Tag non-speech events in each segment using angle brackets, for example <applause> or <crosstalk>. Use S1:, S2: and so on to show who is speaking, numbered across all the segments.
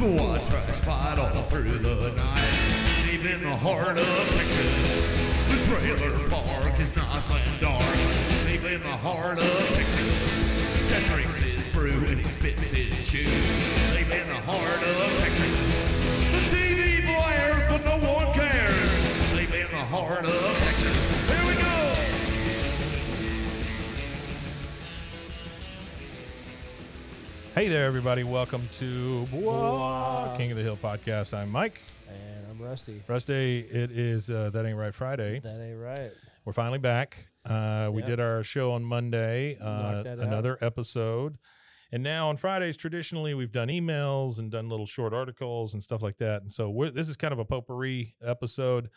S1: What trash fight all through the night, deep in the heart of Texas. The trailer park is nice and dark, deep in the heart of Texas. That drinks his brew and he spits his chew, deep in the heart of Texas. The TV blares, but no one cares, deep in the heart of Texas. Here we go.
S2: Hey there, everybody. Welcome to Blah, King of the Hill podcast. I'm Mike.
S3: And I'm Rusty.
S2: Rusty, it is uh, That Ain't Right Friday.
S3: That ain't right.
S2: We're finally back. Uh, we
S3: Yeah.
S2: did our show on Monday, uh,
S3: Knocked that out.
S2: another episode. And now on Fridays, traditionally, we've done emails and done little short articles and stuff like that. And so we're, this is kind of a potpourri episode.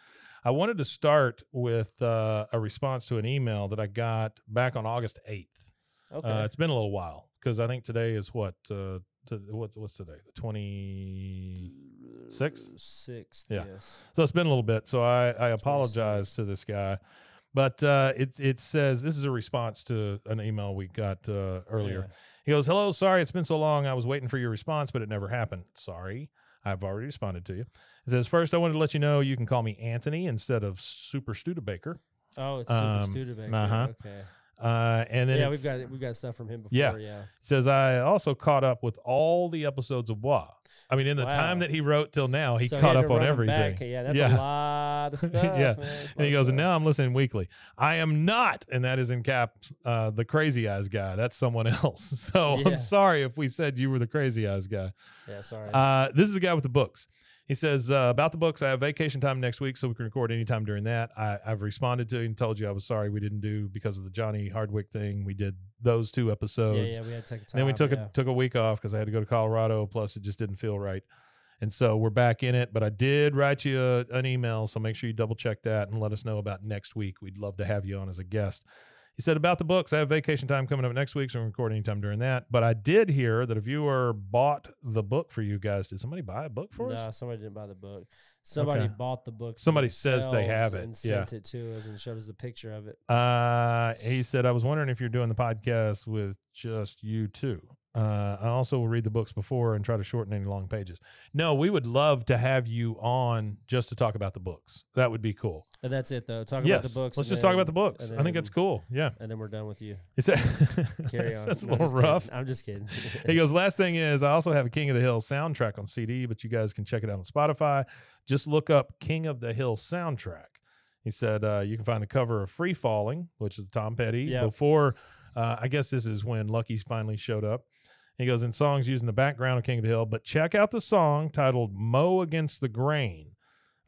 S2: I wanted to start with uh, a response to an email that I got back on August 8th.
S3: Okay.
S2: Uh, it's been a little while because I think today is what uh, to, what what's today the twenty. sixth?
S3: Sixth.
S2: Yeah.
S3: Yes.
S2: So it's been a little bit. So I I apologize to this guy, but uh, it it says this is a response to an email we got uh, earlier.
S3: Yeah.
S2: He goes, Hello, sorry, it's been so long. I was waiting for your response, but it never happened. Sorry, I've already responded to you. It says, First, I wanted to let you know you can call me Anthony instead of Super Studebaker.
S3: Oh, it's Super
S2: Um,
S3: Studebaker.
S2: uh-huh.
S3: Okay.
S2: Uh, and then
S3: Yeah,
S2: it's-
S3: we've got we've got stuff from him before.
S2: Yeah.
S3: Yeah.
S2: says, I also caught up with all the episodes of Bois. I mean, in the time
S3: Wow.
S2: that he wrote till now, he
S3: So
S2: caught
S3: had to
S2: up on
S3: run 'em
S2: everything.
S3: back. Yeah, that's
S2: Yeah.
S3: a lot of
S2: <laughs>
S3: stuff.
S2: Yeah.
S3: man. That's a
S2: And he
S3: lot of
S2: goes, and
S3: stuff.
S2: now I'm listening weekly. I am not, and that is in caps, uh, the crazy eyes guy. That's someone else. <laughs> So
S3: Yeah.
S2: I'm sorry if we said you were the crazy eyes guy.
S3: Yeah, sorry.
S2: Uh, this is the guy with the books. He says uh, about the books. I have vacation time next week, so we can record anytime during that. I, I've responded to and told you I was sorry we didn't do because of the Johnny Hardwick thing. We did those two
S3: yeah,
S2: episodes.
S3: yeah, we had to take a time.
S2: then we took
S3: yeah.
S2: a took a week off because I had to go to Colorado. Plus, it just didn't feel right. And so we're back in it. But I did write you a, an email, so make sure you double check that and let us know about next week. We'd love to have you on as a guest. He said about the books. I have vacation time coming up next week, so I'm recording anytime during that. But I did hear that a viewer bought the book for you guys. Did somebody buy a book for
S3: No,
S2: us?
S3: somebody didn't buy the book. Somebody
S2: Okay.
S3: bought the book. for
S2: Somebody says they have
S3: themselves
S2: it,
S3: And
S2: yeah.
S3: sent it to us and showed us the picture of it.
S2: Uh, he said, I was wondering if you're doing the podcast with just you two. Uh, I also will read the books before and try to shorten any long pages. No, we would love to have you on just to talk about the books. That would be cool.
S3: And that's it, though. Talk
S2: yes.
S3: about the books.
S2: Let's
S3: and
S2: just talk about the
S3: then-
S2: books.
S3: and
S2: I think that's
S3: then-
S2: cool. Yeah. <laughs>
S3: And then we're done with you.
S2: Is that,
S3: Carry
S2: that's,
S3: on.
S2: that's a
S3: No,
S2: little
S3: I'm just kidding.
S2: rough.
S3: I'm just kidding.
S2: <laughs> He goes, last thing is, I also have a King of the Hill soundtrack on CD, but you guys can check it out on Spotify. Just look up King of the Hill soundtrack. He said, uh, you can find the cover of Free Falling, which is Tom Petty.
S3: Yep.
S2: Before, uh, I guess this is when Lucky finally showed up. He goes, in songs using the background of King of the Hill, but check out the song titled Mow Against the Grain.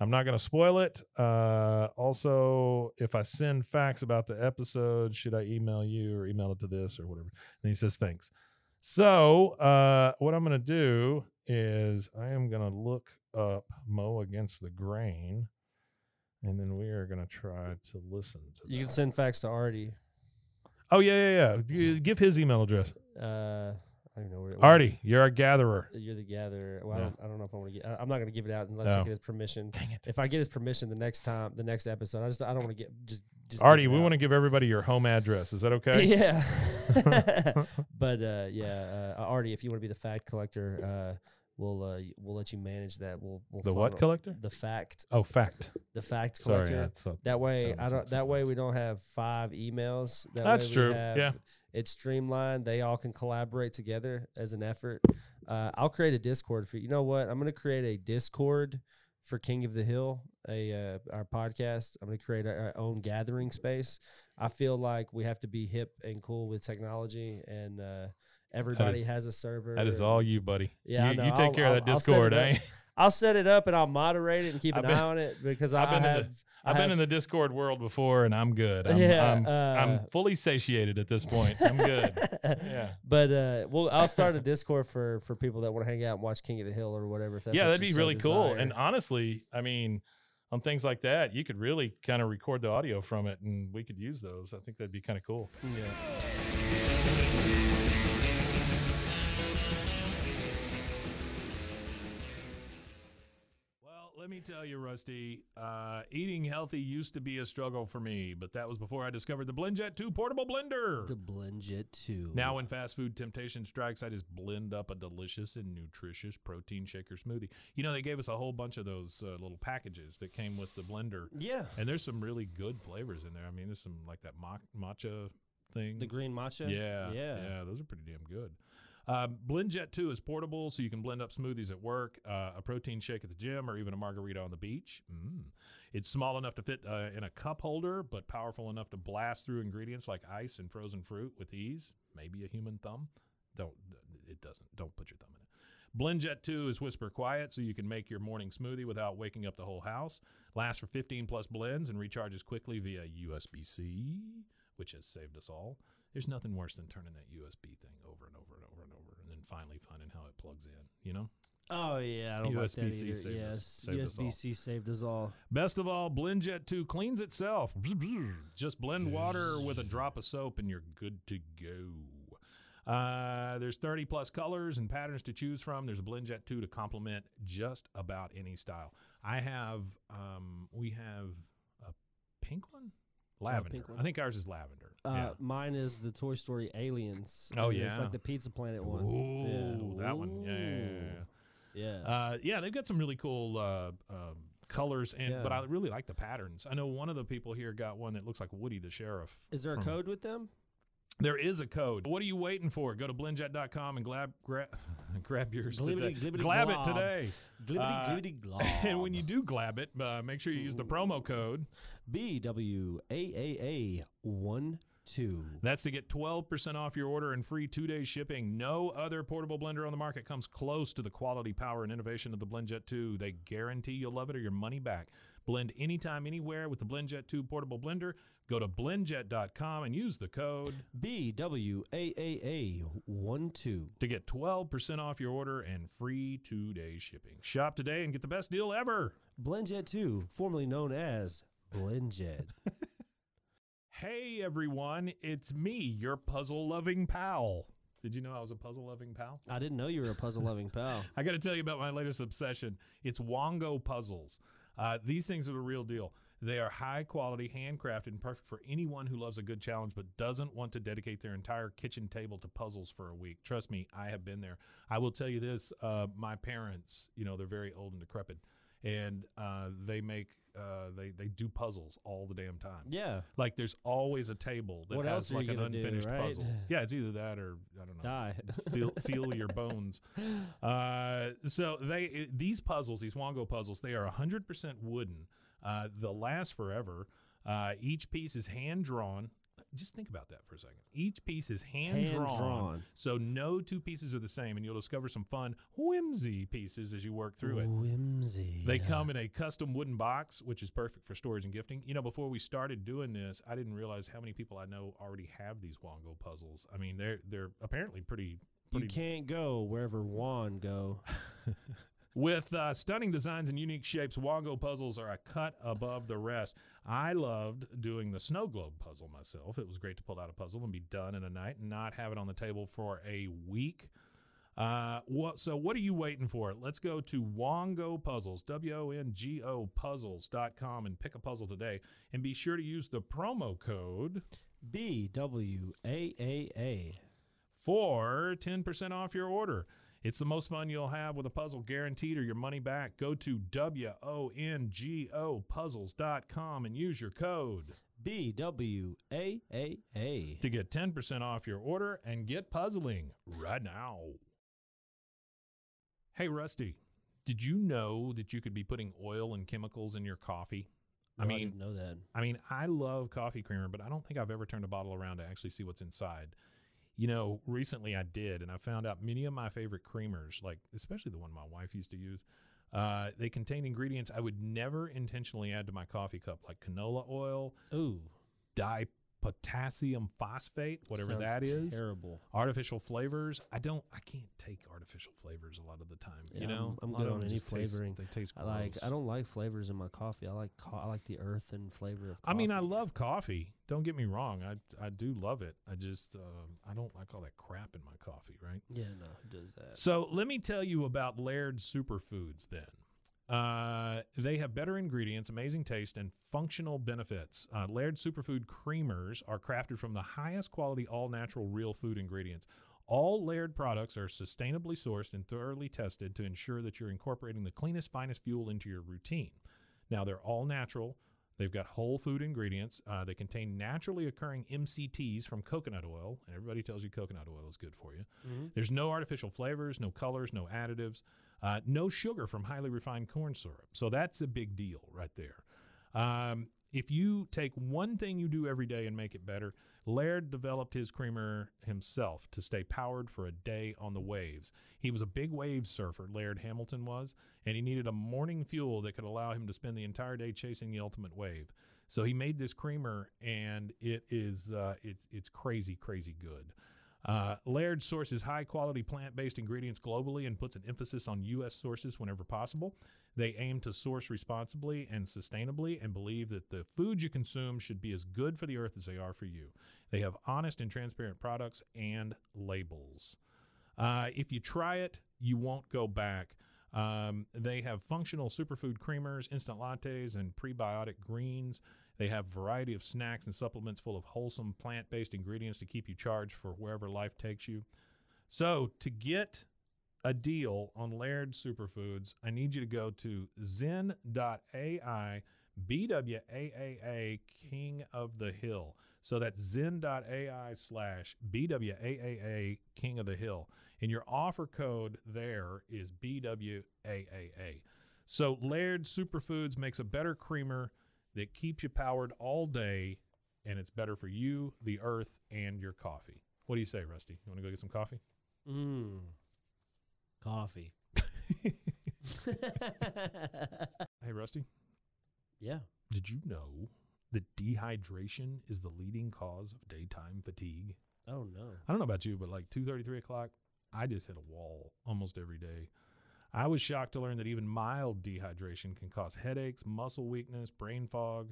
S2: I'm not going to spoil it. Uh, also, if I send facts about the episode, should I email you or email it to this or whatever? And he says, thanks. So, uh, what I'm going to do is I am going to look up Mow Against the Grain, and then we are going to try to listen to
S3: You can
S2: that.
S3: send facts to Artie.
S2: oh, yeah, yeah, yeah. G- Give his email address.
S3: Uh, I don't know where. where-
S2: Artie, you're our gatherer.
S3: You're the gatherer. Well,
S2: Yeah.
S3: I, don't, I don't know if I want to get. I, am not going to give it out unless
S2: No.
S3: I get his permission.
S2: Dang it.
S3: If I get his permission the next time, the next episode, I just I don't want to get just just.
S2: Artie, we want
S3: <laughs>
S2: to give everybody your home address. Is that okay? <laughs>
S3: <laughs> Yeah. but uh, yeah, uh, Artie, if you want to be the fact collector, uh, We'll uh, y- we'll let you manage that. We'll, we'll
S2: The
S3: funnel-
S2: what collector?
S3: The fact
S2: Oh, fact.
S3: the fact
S2: Sorry.
S3: collector.
S2: I thought-
S3: That way,
S2: Sounds
S3: I
S2: like
S3: don't. That way,
S2: something
S3: we don't have five emails. That
S2: That's
S3: way we
S2: true.
S3: have-
S2: Yeah.
S3: it's streamlined. They all can collaborate together as an effort. Uh, I'll create a Discord for you. Know what? I'm gonna create a Discord for King of the Hill, a uh, our podcast. I'm gonna create our, our own gathering space. I feel like we have to be hip and cool with technology, and uh, everybody
S2: is-
S3: has a server.
S2: That is
S3: and-
S2: all you, buddy.
S3: Yeah, I
S2: You,
S3: know.
S2: you take
S3: I'll-
S2: care of that
S3: I'll- I'll set it
S2: Discord,
S3: up.
S2: eh?
S3: I'll set it up and I'll moderate it and keep
S2: I've
S3: an
S2: been-
S3: eye on it because I,
S2: I've been
S3: I
S2: in the-
S3: have. <laughs> I
S2: I've
S3: have-
S2: been in the Discord world before, and I'm good. I'm,
S3: Yeah,
S2: I'm,
S3: uh,
S2: I'm fully satiated at this point. I'm
S3: <laughs>
S2: good. Yeah.
S3: But uh, well,
S2: <laughs>
S3: I'll start a Discord for for people that want to hang out and watch King of the Hill or whatever. If that's
S2: yeah,
S3: what
S2: that'd
S3: you
S2: be
S3: so
S2: really cool.
S3: desire.
S2: And honestly, I mean, on things like that, you could really kind of record the audio from it, and we could use those. I think that'd be kind of cool.
S3: yeah.
S2: Well, let me tell you, Rusty, uh, eating healthy used to be a struggle for me, but that was before I discovered the BlendJet 2 portable blender.
S4: The Blendjet 2.
S2: Now, when fast food temptation strikes, I just blend up a delicious and nutritious protein shaker smoothie. You know, they gave us a whole bunch of those uh, little packages that came with the blender,
S3: yeah,
S2: and there's some really good flavors in there. I mean, there's some like that mock, matcha thing.
S3: the green matcha.
S2: Yeah,
S3: yeah.
S2: yeah, those are pretty damn good. Um, BlendJet 2 is portable, so you can blend up smoothies at work, uh, a protein shake at the gym, or even a margarita on the beach. Mm. It's small enough to fit uh, in a cup holder, but powerful enough to blast through ingredients like ice and frozen fruit with ease. Maybe a human thumb. Don't, it doesn't. Don't put your thumb in it. BlendJet 2 is whisper quiet, so you can make your morning smoothie without waking up the whole house. Lasts for 15 plus blends and recharges quickly via USB C, which has saved us all. There's nothing worse than turning that USB thing over and over and over and over and then finally finding how it plugs in, you know?
S4: Oh, yeah. I don't like that
S2: USB-C
S4: either.
S2: saved us-
S4: yes.
S2: saved us all.
S4: USB-C saved us all.
S2: Best of all, BlendJet 2 cleans itself. Just blend water with a drop of soap and you're good to go. Uh, there's 30 plus colors and patterns to choose from. There's a BlendJet 2 to complement just about any style. I have, um, we have a pink one? Lavender.
S4: Oh, pink one.
S2: I think ours is lavender.
S4: Uh,
S2: yeah.
S4: Mine is the Toy Story Aliens.
S2: Oh,
S4: It's
S2: yeah.
S4: like the Pizza Planet one.
S2: Ooh,
S4: yeah.
S2: that one. Yeah, yeah, yeah, yeah, yeah.
S4: Yeah.
S2: Uh, yeah, they've got some really cool uh, um colors, and but
S4: Yeah.
S2: I really like the patterns. I know one of the people here got one that looks like Woody the Sheriff.
S4: is there a
S2: from-
S4: code with them?
S2: There is a code. What are you waiting for? Go to blendjet.com and grab grab <laughs> grab yours
S4: Glibbity,
S2: today.
S4: glibbity,
S2: glab it
S4: glob.
S2: today. <laughs>
S4: Glibbity,
S2: Uh, <laughs>
S4: glibbity, glob.
S2: and when you do glab it, uh, make sure you use the promo code.
S4: B W A A A 1 2.
S2: That's to get 12% off your order and free two day shipping. No other portable blender on the market comes close to the quality, power, and innovation of the BlendJet 2. They guarantee you'll love it or your money back. Blend anytime, anywhere with the BlendJet 2 portable blender. Go to blendjet.com and use the code
S4: B W A A A 1 2.
S2: to get 12% off your order and free two day shipping. Shop today and get the best deal ever.
S4: Blendjet 2, formerly known as Blendjet.
S2: Hey, everyone, it's me, your puzzle loving pal. Did you know I was a puzzle loving pal?
S4: I didn't know you were a puzzle loving pal.
S2: I got to tell you about my latest obsession. It's Wongo puzzles. Uh, these things are the real deal. They are high quality, handcrafted, and perfect for anyone who loves a good challenge but doesn't want to dedicate their entire kitchen table to puzzles for a week. Trust me, I have been there. I will tell you this uh, my parents, you know, they're very old and decrepit, and uh, they make. Uh, they they do puzzles all the damn time.
S4: Yeah.
S2: Like there's always a table that
S4: What
S2: has
S4: else are
S2: like
S4: you
S2: an
S4: gonna do,
S2: unfinished
S4: right? <laughs>
S2: puzzle. Yeah, it's either that or I don't know
S4: Die. <laughs>
S2: feel, feel your bones. Uh, so they i- these puzzles, these Wongo puzzles, they are 100% wooden. Uh, they'll last forever. Uh, each piece is hand drawn. Just think about that for a second. Each piece is hand drawn,
S4: Hand-drawn.
S2: so no two pieces are the same, and you'll discover some fun whimsy pieces as you work through it.
S4: Whimsy.
S2: They come in a custom wooden box, which is perfect for storage and gifting. You know, before we started doing this, I didn't realize how many people I know already have these Wongo puzzles. I mean, they're they're apparently pretty
S4: You
S2: pretty
S4: can't go wherever Juan go.
S2: With uh, stunning designs and unique shapes, Wongo puzzles are a cut above the rest. I loved doing the snow globe puzzle myself. It was great to pull out a puzzle and be done in a night and not have it on the table for a week. Uh, what, so, what are you waiting for? Let's go to Wongo Puzzles, W O N G O Puzzles.com, and pick a puzzle today. And be sure to use the promo code
S4: B W A A A.
S2: for 10% off your order. It's the most fun you'll have with a puzzle guaranteed or your money back. Go to W O N G O puzzles.com and use your code
S4: B W A A A.
S2: to get 10% off your order and get puzzling right now. Hey, Rusty, did you know that you could be putting oil and chemicals in your coffee? I
S4: No,
S2: mean,
S4: Oh, didn't know that.
S2: I mean, I love coffee creamer, but I don't think I've ever turned a bottle around to actually see what's inside. You know, recently I did, and I found out many of my favorite creamers, like especially the one my wife used to use, uh, they contain ingredients I would never intentionally add to my coffee cup, like canola oil,
S4: Ooh,
S2: dipotassium phosphate, whatever
S4: sounds
S2: that is,
S4: terrible.
S2: artificial flavors. I don't, I can't take artificial flavors a lot of the time.
S4: Yeah,
S2: you know,
S4: I'm- I'm
S2: A lot
S4: good
S2: of
S4: on
S2: them
S4: any
S2: just taste-
S4: flavoring.
S2: they taste
S4: I
S2: gross.
S4: like. I don't like flavors in my coffee. I like. Co- I like the earth and flavor of.
S2: I
S4: Coffee.
S2: mean, I love coffee. Don't get me wrong. I I do love it. I just um, I don't like all that crap in my coffee, right?
S4: Yeah, no, who does that?
S2: So let me tell you about Laird Superfoods. Then uh, they have better ingredients, amazing taste, and functional benefits. Uh, Laird Superfood creamers are crafted from the highest quality, all natural, real food ingredients. All Laird products are sustainably sourced and thoroughly tested to ensure that you're incorporating the cleanest, finest fuel into your routine. Now they're all natural. They've got whole food ingredients. Uh, they contain naturally occurring MCTs from coconut oil, and everybody tells you coconut oil is good for you. There's no artificial flavors, no colors, no additives, uh, no sugar from highly refined corn syrup. So that's a big deal right there. Um, if you take one thing you do every day and make it better, Laird developed his creamer himself to stay powered for a day on the waves. He was a big wave surfer, Laird Hamilton was, and he needed a morning fuel that could allow him to spend the entire day chasing the ultimate wave. So he made this creamer, and it is uh, it's it's crazy, crazy good. Uh, Laird sources high quality plant based ingredients globally and puts an emphasis on U.S. sources whenever possible. They aim to source responsibly and sustainably and believe that the foods you consume should be as good for the earth as they are for you. They have honest and transparent products and labels. Uh, if you try it, you won't go back. Um, they have functional superfood creamers, instant lattes, and prebiotic greens. They have variety of snacks and supplements full of wholesome plant-based ingredients to keep you charged for wherever life takes you. So to get a deal on Laird Superfoods, I need you to go to zen.ai BWAAA King of the Hill. So that's zen.ai slash BWAAA King of the Hill. And your offer code there is BWAAA. So Laird Superfoods makes a better creamer that keeps you powered all day, and it's better for you, the earth, and your coffee. What do you say, Rusty? You want to go get some coffee?
S4: Mm. Coffee. <laughs>
S2: Hey, Rusty,
S4: yeah.
S2: did you know that dehydration is the leading cause of daytime fatigue?
S4: Oh no.
S2: I don't know about you, but like two thirty, three o'clock, I just hit a wall almost every day. I was shocked to learn that even mild dehydration can cause headaches, muscle weakness, brain fog.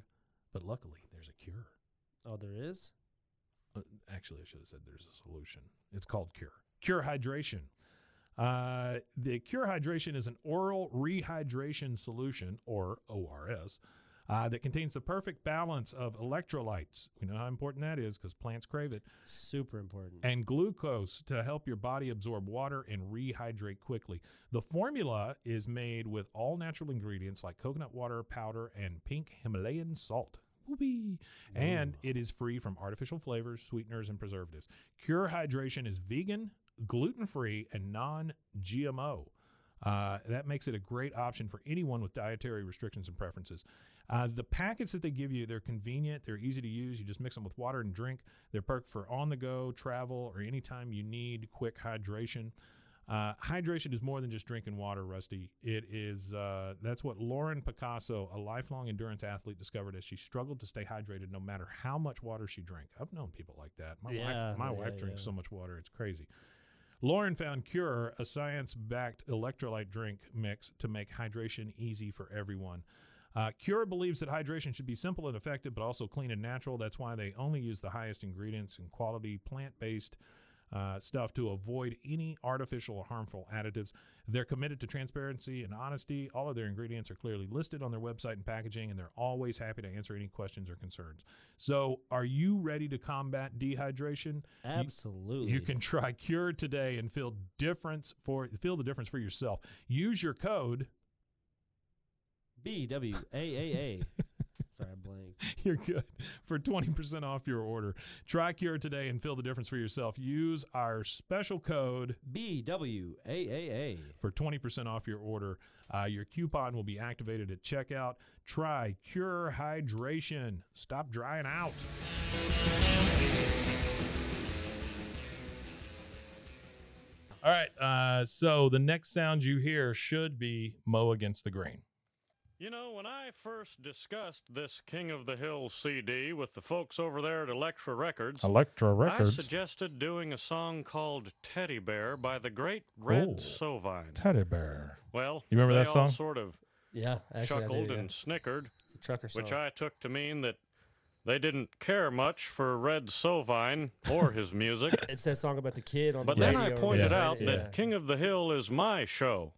S2: But luckily, there's a cure.
S3: Oh, there is.
S2: Uh, actually, I should have said there's a solution. It's called Cure. Cure Hydration. Uh, the Cure Hydration is an oral rehydration solution, or ORS, uh, that contains the perfect balance of electrolytes. We know how important that is because plants crave it
S4: Super
S3: Mm-hmm.
S4: important.
S2: and glucose to help your body absorb water and rehydrate quickly. The formula is made with all natural ingredients like coconut water powder and pink Himalayan salt. Whoopee. And it is free from artificial flavors, sweeteners, and preservatives. Cure Hydration is vegan, gluten free, and non GMO. Uh, that makes it a great option for anyone with dietary restrictions and preferences. Uh, the packets that they give you, they're convenient, they're easy to use. You just mix them with water and drink. They're perfect for on the go, travel, or anytime you need quick hydration. Uh, hydration is more than just drinking water, Rusty. It is uh, that's what Lauren Picasso, a lifelong endurance athlete, discovered as she struggled to stay hydrated no matter how much water she drank. I've known people like that. My
S4: Yeah,
S2: wife, my
S4: yeah,
S2: wife drinks
S4: yeah.
S2: so much water, it's crazy. Lauren found Cure, a science backed electrolyte drink mix to make hydration easy for everyone. Uh, Cure believes that hydration should be simple and effective, but also clean and natural. That's why they only use the highest ingredients and quality plant based uh, stuff to avoid any artificial or harmful additives. They're committed to transparency and honesty. All of their ingredients are clearly listed on their website and packaging, and they're always happy to answer any questions or concerns. So, are you ready to combat dehydration?
S4: Absolutely.
S2: You can try Cure today and feel difference for feel the difference for yourself. Use your code. <laughs>
S4: B W A
S2: <laughs>
S4: A A. Sorry, I blanked.
S2: You're good for 20% off your order. Try Cure today and feel the difference for yourself. Use our special code
S4: B W A A A.
S2: for 20% off your order. Uh, your coupon will be activated at checkout. Try Cure Hydration. Stop drying out. All right. Uh, so the next sound you hear should be mow against the grain.
S5: You know, when I first discussed this King of the Hill CD with the folks over there at Elektra Records,
S2: Electra
S5: I suggested doing a song called Teddy Bear by the great Red
S2: Oh.
S5: Sovine.
S2: Teddy bear.
S5: Well,
S2: You remember
S5: they
S2: that
S5: all
S2: song?
S5: sort of
S3: Yeah, actually, I do,
S5: chuckled
S3: yeah.
S5: and snickered,
S3: It's a trucker song.
S5: which I took to mean that they didn't care much for Red Sovine or
S3: <laughs>
S5: his music.
S3: it's that song about the kid on
S5: But
S3: the
S5: then I
S3: radio or
S5: pointed
S3: whatever.
S5: out that
S3: Yeah.
S5: King of the Hill is my show.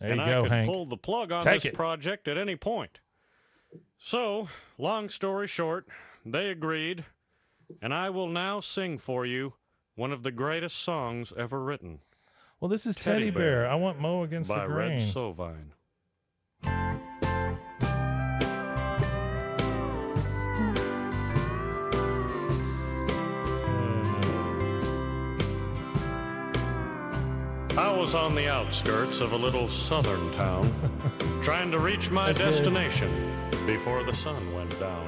S2: There
S5: and
S2: you
S5: I
S2: go,
S5: could
S2: Hank.
S5: pull the plug on
S2: Take
S5: this
S2: it.
S5: project at any point. So, long story short, they agreed, and I will now sing for you one of the greatest songs ever written
S2: well, this is Teddy,
S5: Teddy
S2: bear.
S5: Bear
S2: I want mow against
S5: by
S2: the grain.
S5: Red Sovine.
S2: Hmm.
S5: I was on the outskirts of a little southern town,
S2: <laughs>
S5: trying to reach my
S3: That's good.
S5: destination before the sun went down.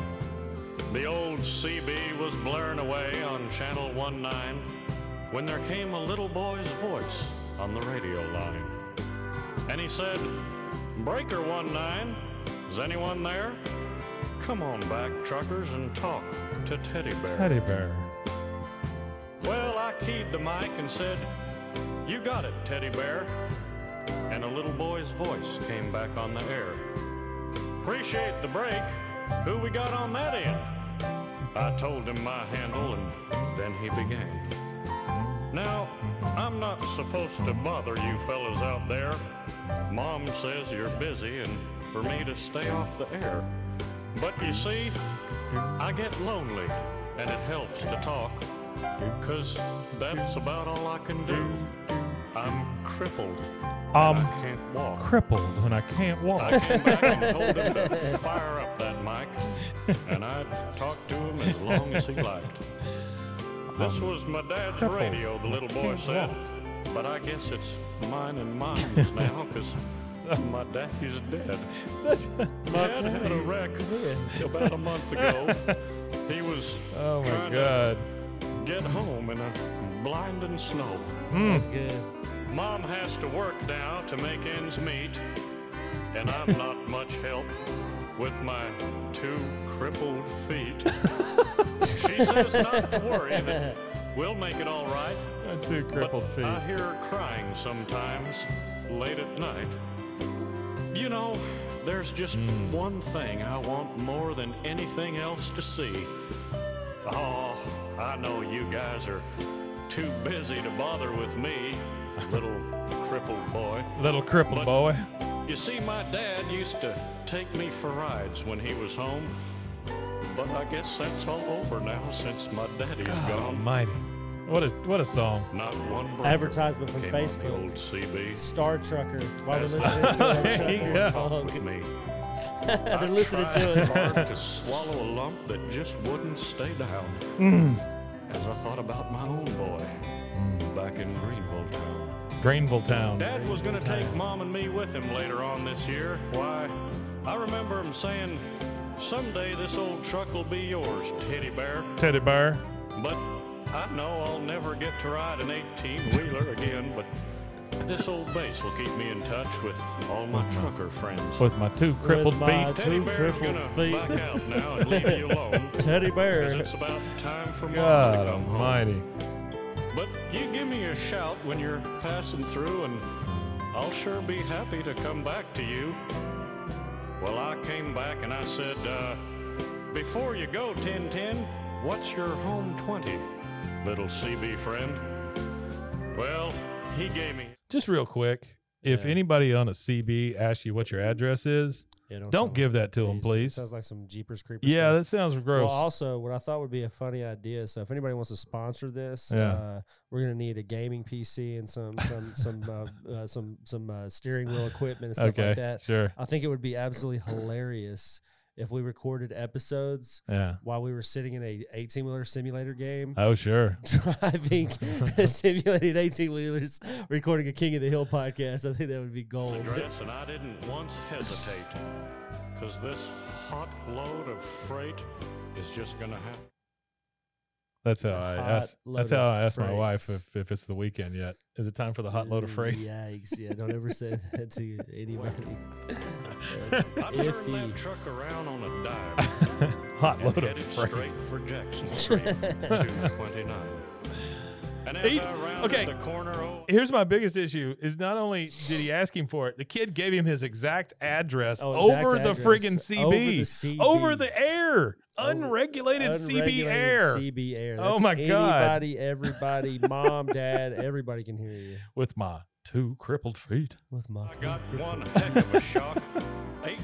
S5: The old CB was blaring away on Channel 19 when there came a little boy's voice on the radio line. And he said, Breaker 19, is anyone there? Come on back, truckers, and talk to Teddy Bear.
S2: Teddy bear.
S5: Well, I keyed the mic and said, You got it, teddy bear. And a little boy's voice came back on the air. Appreciate the break. Who we got on that end? I told him my handle and then he began. Now, I'm not supposed to bother you fellas out there. Mom says you're busy and for me to stay off the air. But you see, I get lonely and it helps to talk. Cause that's about all I can do. I'm crippled. and
S2: I'm
S5: I can't walk.
S2: crippled when I can't walk.
S5: <laughs> I came back and told him to fire up that mic, and I talked to him as long as he liked. This
S2: Um,
S5: was my dad's
S2: crippled
S5: radio, the
S2: and I
S5: little boy
S2: can't
S5: said. But I guess it's mine and mine's now, cause my daddy's dead.
S2: Such a,
S5: Dad had a wreck about a
S2: <laughs>
S5: month ago. He was
S2: oh my
S5: trying to
S2: god.
S5: get home in a blinding snow.
S3: That's good.
S5: Mom has to work now to make ends meet, and I'm not much help with my two crippled feet. she says not to worry, that we'll make it all right.
S2: My two crippled
S5: but
S2: feet.
S5: I hear her crying sometimes late at night. You know, there's just
S3: Hmm.
S5: one thing I want more than anything else to see. Oh, I know you guys are too busy to bother with me, little crippled boy.
S2: Little crippled
S5: but-
S2: boy.
S5: You see, my dad used to take me for rides when he was home, but I guess that's all over now since my daddy's
S3: Oh,
S2: God
S5: gone.
S2: almighty. What a what a song.
S5: Not one breaker
S3: Advertisement from
S5: came on the
S3: Facebook.
S5: old CB.
S3: Star Trucker. While they're
S5: That's-
S3: listening to
S5: <laughs>
S3: that
S2: There you
S3: trucker
S2: go.
S5: Talk
S3: song.
S5: with <laughs> me. I
S3: they're listening
S5: tried
S3: to us.
S5: hard <laughs> to swallow a lump that just wouldn't stay down. As I thought about my own boy back in Greenville town.
S2: Greenville Town.
S5: Dad was going to take Mom and me with him later on this year. Why, I remember him saying, Someday this old truck will be yours, Teddy Bear.
S2: Teddy bear.
S5: But I know I'll never get to ride an 18 wheeler again, but this old base will keep me in touch with all my trucker friends.
S2: With my two crippled
S3: my
S2: feet.
S5: Teddy
S3: Two
S5: Bear's
S3: crippled
S5: gonna
S3: feet.
S5: back out now and leave you alone.
S3: <laughs> Teddy
S5: Because
S3: Bear.
S5: it's about time for mom
S2: God
S5: to come
S2: almighty.
S5: home. But you give me a shout when you're passing through, and I'll sure be happy to come back to you. Well, I came back and I said, uh, Before you go, 1010, what's your home 20, little CB friend? Well, he gave me.
S2: Just real quick, if
S3: Yeah.
S2: anybody on a CB asks you what your address is,
S3: Yeah,
S2: don't
S3: sound
S2: give
S3: like-
S2: that to them, please.
S3: Sounds like some Jeepers Creepers.
S2: Yeah,
S3: stuff.
S2: that sounds gross.
S3: Well, also, what I thought would be a funny idea. So, if anybody wants to sponsor this,
S2: Yeah.
S3: uh, we're gonna need a gaming PC and some some some uh, uh, some some uh, steering wheel equipment and stuff
S2: okay,
S3: like that. Uh,
S2: sure.
S3: I think it would be absolutely hilarious if we recorded episodes
S2: Yeah.
S3: while we were sitting in a 18 wheeler simulator <laughs> game.
S2: Oh, sure. <laughs>
S3: <laughs> Driving simulated 18 wheelers, recording a King of the Hill podcast. I think that would be gold.
S5: address, and I didn't once hesitate. Because this hot load of freight is just going to have.
S2: That's how I
S3: hot
S2: ask.
S3: load
S2: That's how
S3: of
S2: I ask my wife
S3: freight.
S2: if, if it's the weekend yet. Is it time for the hot load of freight? <laughs>
S3: Yikes. Yeah, don't ever say that to anybody. That's
S5: I turned that
S3: iffy.
S5: truck around on
S2: <laughs>
S5: a dime
S2: hot
S5: and
S2: load of
S5: headed
S2: freight.
S5: straight for
S2: <laughs>
S5: Jackson Street, 229. And as
S2: He-
S5: I rounded
S2: okay.
S5: the corner oh, over.
S2: Here's my biggest issue: is not only did he ask him for it, the kid gave him his exact address
S3: Oh, exact
S2: over the
S3: address.
S2: friggin'
S3: Over
S2: CB,
S3: the CB.
S2: over the air,
S3: Over-
S2: unregulated, CB
S3: Unregulated
S2: air,
S3: CB air.
S2: Oh
S3: That's
S2: my God. <laughs>
S3: Anybody, everybody, mom, dad, everybody can hear you
S2: with my two crippled feet.
S3: with my.
S5: I got one heck of a shock.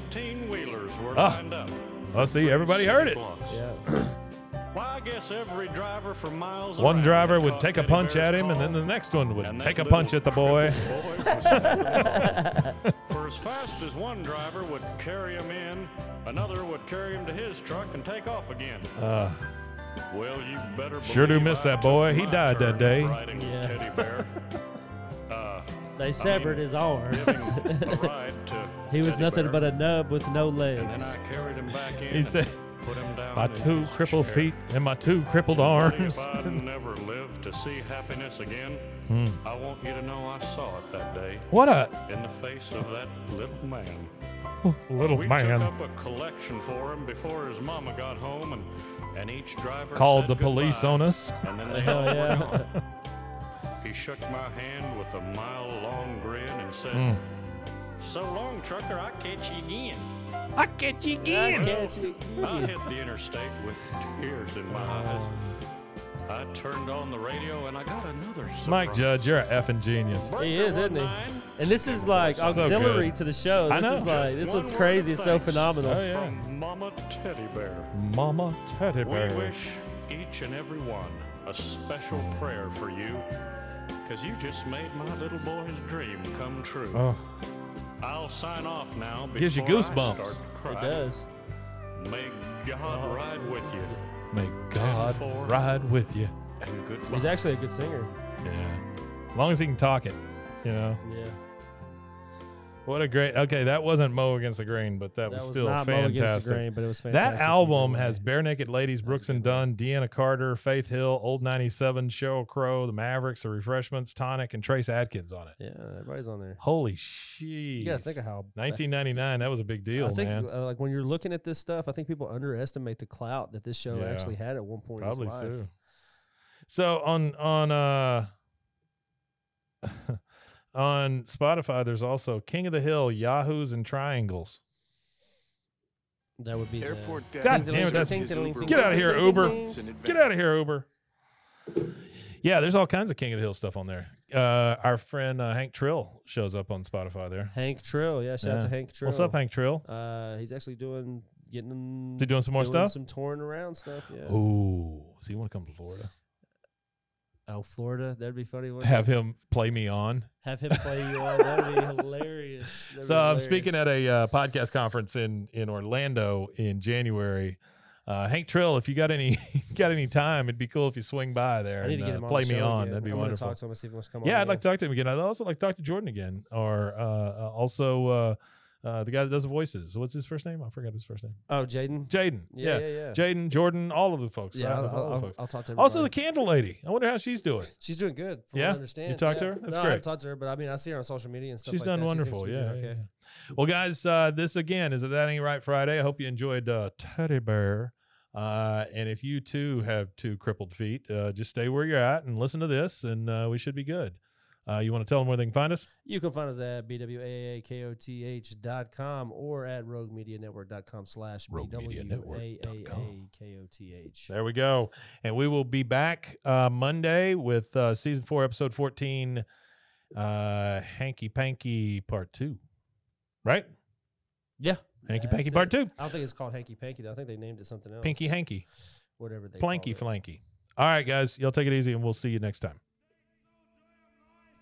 S5: 18 wheelers were
S2: Ah.
S5: lined up.
S2: I see everybody heard it.
S5: Blocks.
S3: <laughs> <laughs> Yeah.
S5: Well, I guess every driver for miles
S2: One
S5: around
S2: driver would
S5: caught
S2: take a
S5: Teddy
S2: punch
S5: Bear's
S2: at him, and
S5: call,
S2: then the next one would
S5: and
S2: take a
S5: that
S2: punch
S5: little
S2: at the boy. <laughs>
S5: crippled boy was tackled. for as fast as one driver would carry him in, another would carry him to his truck and take off again.
S2: Uh,
S5: Well, you better
S2: Sure do
S5: believe
S2: miss
S5: I
S2: that
S5: took
S2: boy. He
S5: my
S2: died that
S5: turn
S2: day.
S5: riding
S3: Yeah.
S5: Teddy
S3: <laughs>
S5: Bear. Uh,
S3: They severed his arms.
S5: giving a ride to
S3: <laughs> he was
S5: Teddy
S3: nothing
S5: Bear,
S3: but a nub with no
S5: And then
S3: legs.
S5: I carried him back in.
S2: he said,
S5: and put him down
S2: "My
S5: in
S2: two
S5: his
S2: crippled
S5: chair.
S2: feet and my two crippled arms."
S5: If I never live to see happiness again,
S2: Hmm.
S5: I want you to know I saw it that day
S2: <laughs> What a
S5: in the face of that little man.
S2: little
S5: we
S2: man.
S5: took up a collection for him before his mama got home, and, and each driver
S2: called
S5: said
S2: the police
S5: goodbye,
S2: on us.
S3: <laughs>
S5: And then they
S3: Hell
S5: all were
S3: Oh, yeah.
S5: gone. He shook my hand with a mile-long grin and said,
S2: Hmm.
S5: "So long, trucker. I catch you again."
S2: I get you
S3: I
S2: again.
S3: catch you
S5: I
S3: again.
S5: hit the interstate with tears in my eyes. I turned on the radio and I got another. Surprise.
S2: Mike Judge, you're an effing genius.
S5: Breaker
S3: He is, isn't he?
S5: 19
S3: And this is like
S2: So good.
S3: auxiliary to the show.
S2: I
S3: This is
S2: know.
S3: like this
S5: One
S3: one's
S5: word
S3: crazy.
S5: of
S3: It's so
S5: thanks.
S3: phenomenal.
S2: Oh, yeah.
S5: From Mama Teddy Bear.
S2: Mama Teddy
S5: We
S2: Bear.
S5: wish each and every one a special prayer for you, 'cause you just made my little boy's dream come true.
S2: Oh,
S5: I'll sign off now. Before
S2: Gives you
S5: I
S2: goosebumps. Oh.
S5: start crying.
S3: It does.
S5: May God ride with you,
S2: may God
S5: four.
S2: ride with you.
S5: and good luck.
S3: He's actually a good singer.
S2: Yeah. As long as he can talk it, you know.
S3: Yeah.
S2: What a great. Okay, that wasn't Mow Against the Grain, but that,
S3: That was
S2: still
S3: not Mow
S2: fantastic.
S3: Against the Grain, but it was
S2: That
S3: fantastic.
S2: album has
S3: been.
S2: Bare Naked Ladies, Brooks and Dunn, Deanna Carter, Faith Hill, Old 97, Cheryl Crow, The Mavericks, The Refreshments, Tonic, and Trace Adkins on it.
S3: Yeah, everybody's on there.
S2: Holy shit. You
S3: You gotta think of how
S2: 1999, that was a big deal,
S3: I think,
S2: man.
S3: uh, like when you're looking at this stuff, I think people underestimate the clout that this show
S2: Yeah.
S3: actually had at one point.
S2: Probably
S3: in its life.
S2: so. So on on uh <laughs> on Spotify, there's also King of the Hill, Yahoos, and Triangles.
S3: That would be uh,
S6: Airport
S3: The,
S6: debt
S2: God
S6: is
S2: damn it, that's-
S6: overwhelming.
S2: Get out of here, Uber.
S6: It's an
S2: Get
S6: advan-
S2: out of here, Uber. Yeah, there's all kinds of King of the Hill stuff on there. Uh, our friend uh, Hank Trill shows up on Spotify there.
S3: Hank Trill. Yeah, shout out
S2: Yeah.
S3: to Hank Trill.
S2: What's up, Hank Trill?
S3: Uh, he's actually doing getting
S2: Is he doing some more stuff?
S3: some touring around stuff. Yeah.
S2: Ooh, does he want to come to Florida?
S3: Oh, Florida, that'd be funny. wouldn't it?
S2: Have him play me on.
S3: Have him play you all. That'd
S2: <laughs>
S3: be hilarious. That'd
S2: So
S3: be
S2: I'm speaking
S3: hilarious.
S2: at a uh, podcast conference in in Orlando in January. Uh, Hank Trill, if you got any <laughs> got any time, it'd be cool if you swing by there
S3: I need
S2: and
S3: to get
S2: uh,
S3: him on
S2: play
S3: the
S2: me
S3: show
S2: on.
S3: again.
S2: That'd be
S3: I wanna
S2: wonderful.
S3: Talk to him and see if he wants to come on.
S2: Yeah, I'd
S3: again.
S2: like to talk to him again. I'd also like to talk to Jordan again, or uh, uh, also uh, uh, the guy that does the voices. What's his first name? I forgot his first name.
S3: Oh, Jaden.
S2: Jaden. Yeah,
S3: Yeah, yeah, yeah.
S2: Jaden, Jordan, all of the folks.
S3: Yeah,
S2: Uh,
S3: I'll,
S2: all
S3: I'll,
S2: the
S3: I'll,
S2: folks.
S3: I'll talk to him.
S2: also, the candle lady. I wonder how she's doing.
S3: She's doing good. From
S2: Yeah? You
S3: what I understand.
S2: talked to
S3: Yeah.
S2: her? That's
S3: no, I
S2: great.
S3: haven't talked to her, but I mean, I see her on social media and stuff.
S2: She's
S3: like
S2: done
S3: that. She seems to
S2: wonderful.
S3: be
S2: Yeah,
S3: doing
S2: yeah,
S3: okay.
S2: yeah. Well, guys, uh, this again is a That Ain't Right Friday. I hope you enjoyed uh, Teddy Bear. Uh, and if you too have two crippled feet, uh, just stay where you're at and listen to this, and uh, we should be good. Uh, you want to tell them where they can find us?
S3: You can find us at bwakoth.com or at roguemedianetwork.com slash
S2: roguemedianetwork.com.
S3: bwakoth.
S2: There we go. And we will be back uh, Monday with uh, season four, episode 14, uh, Hanky Panky Part Two. Right?
S3: Yeah.
S2: Hanky
S3: That's
S2: Panky
S3: it.
S2: Part Two.
S3: I don't think it's called Hanky Panky, though. I think they named it something else.
S2: Pinky Hanky.
S3: Whatever they
S2: Planky
S3: call it.
S2: Flanky. All right, guys. Y'all take it easy and we'll see you next time.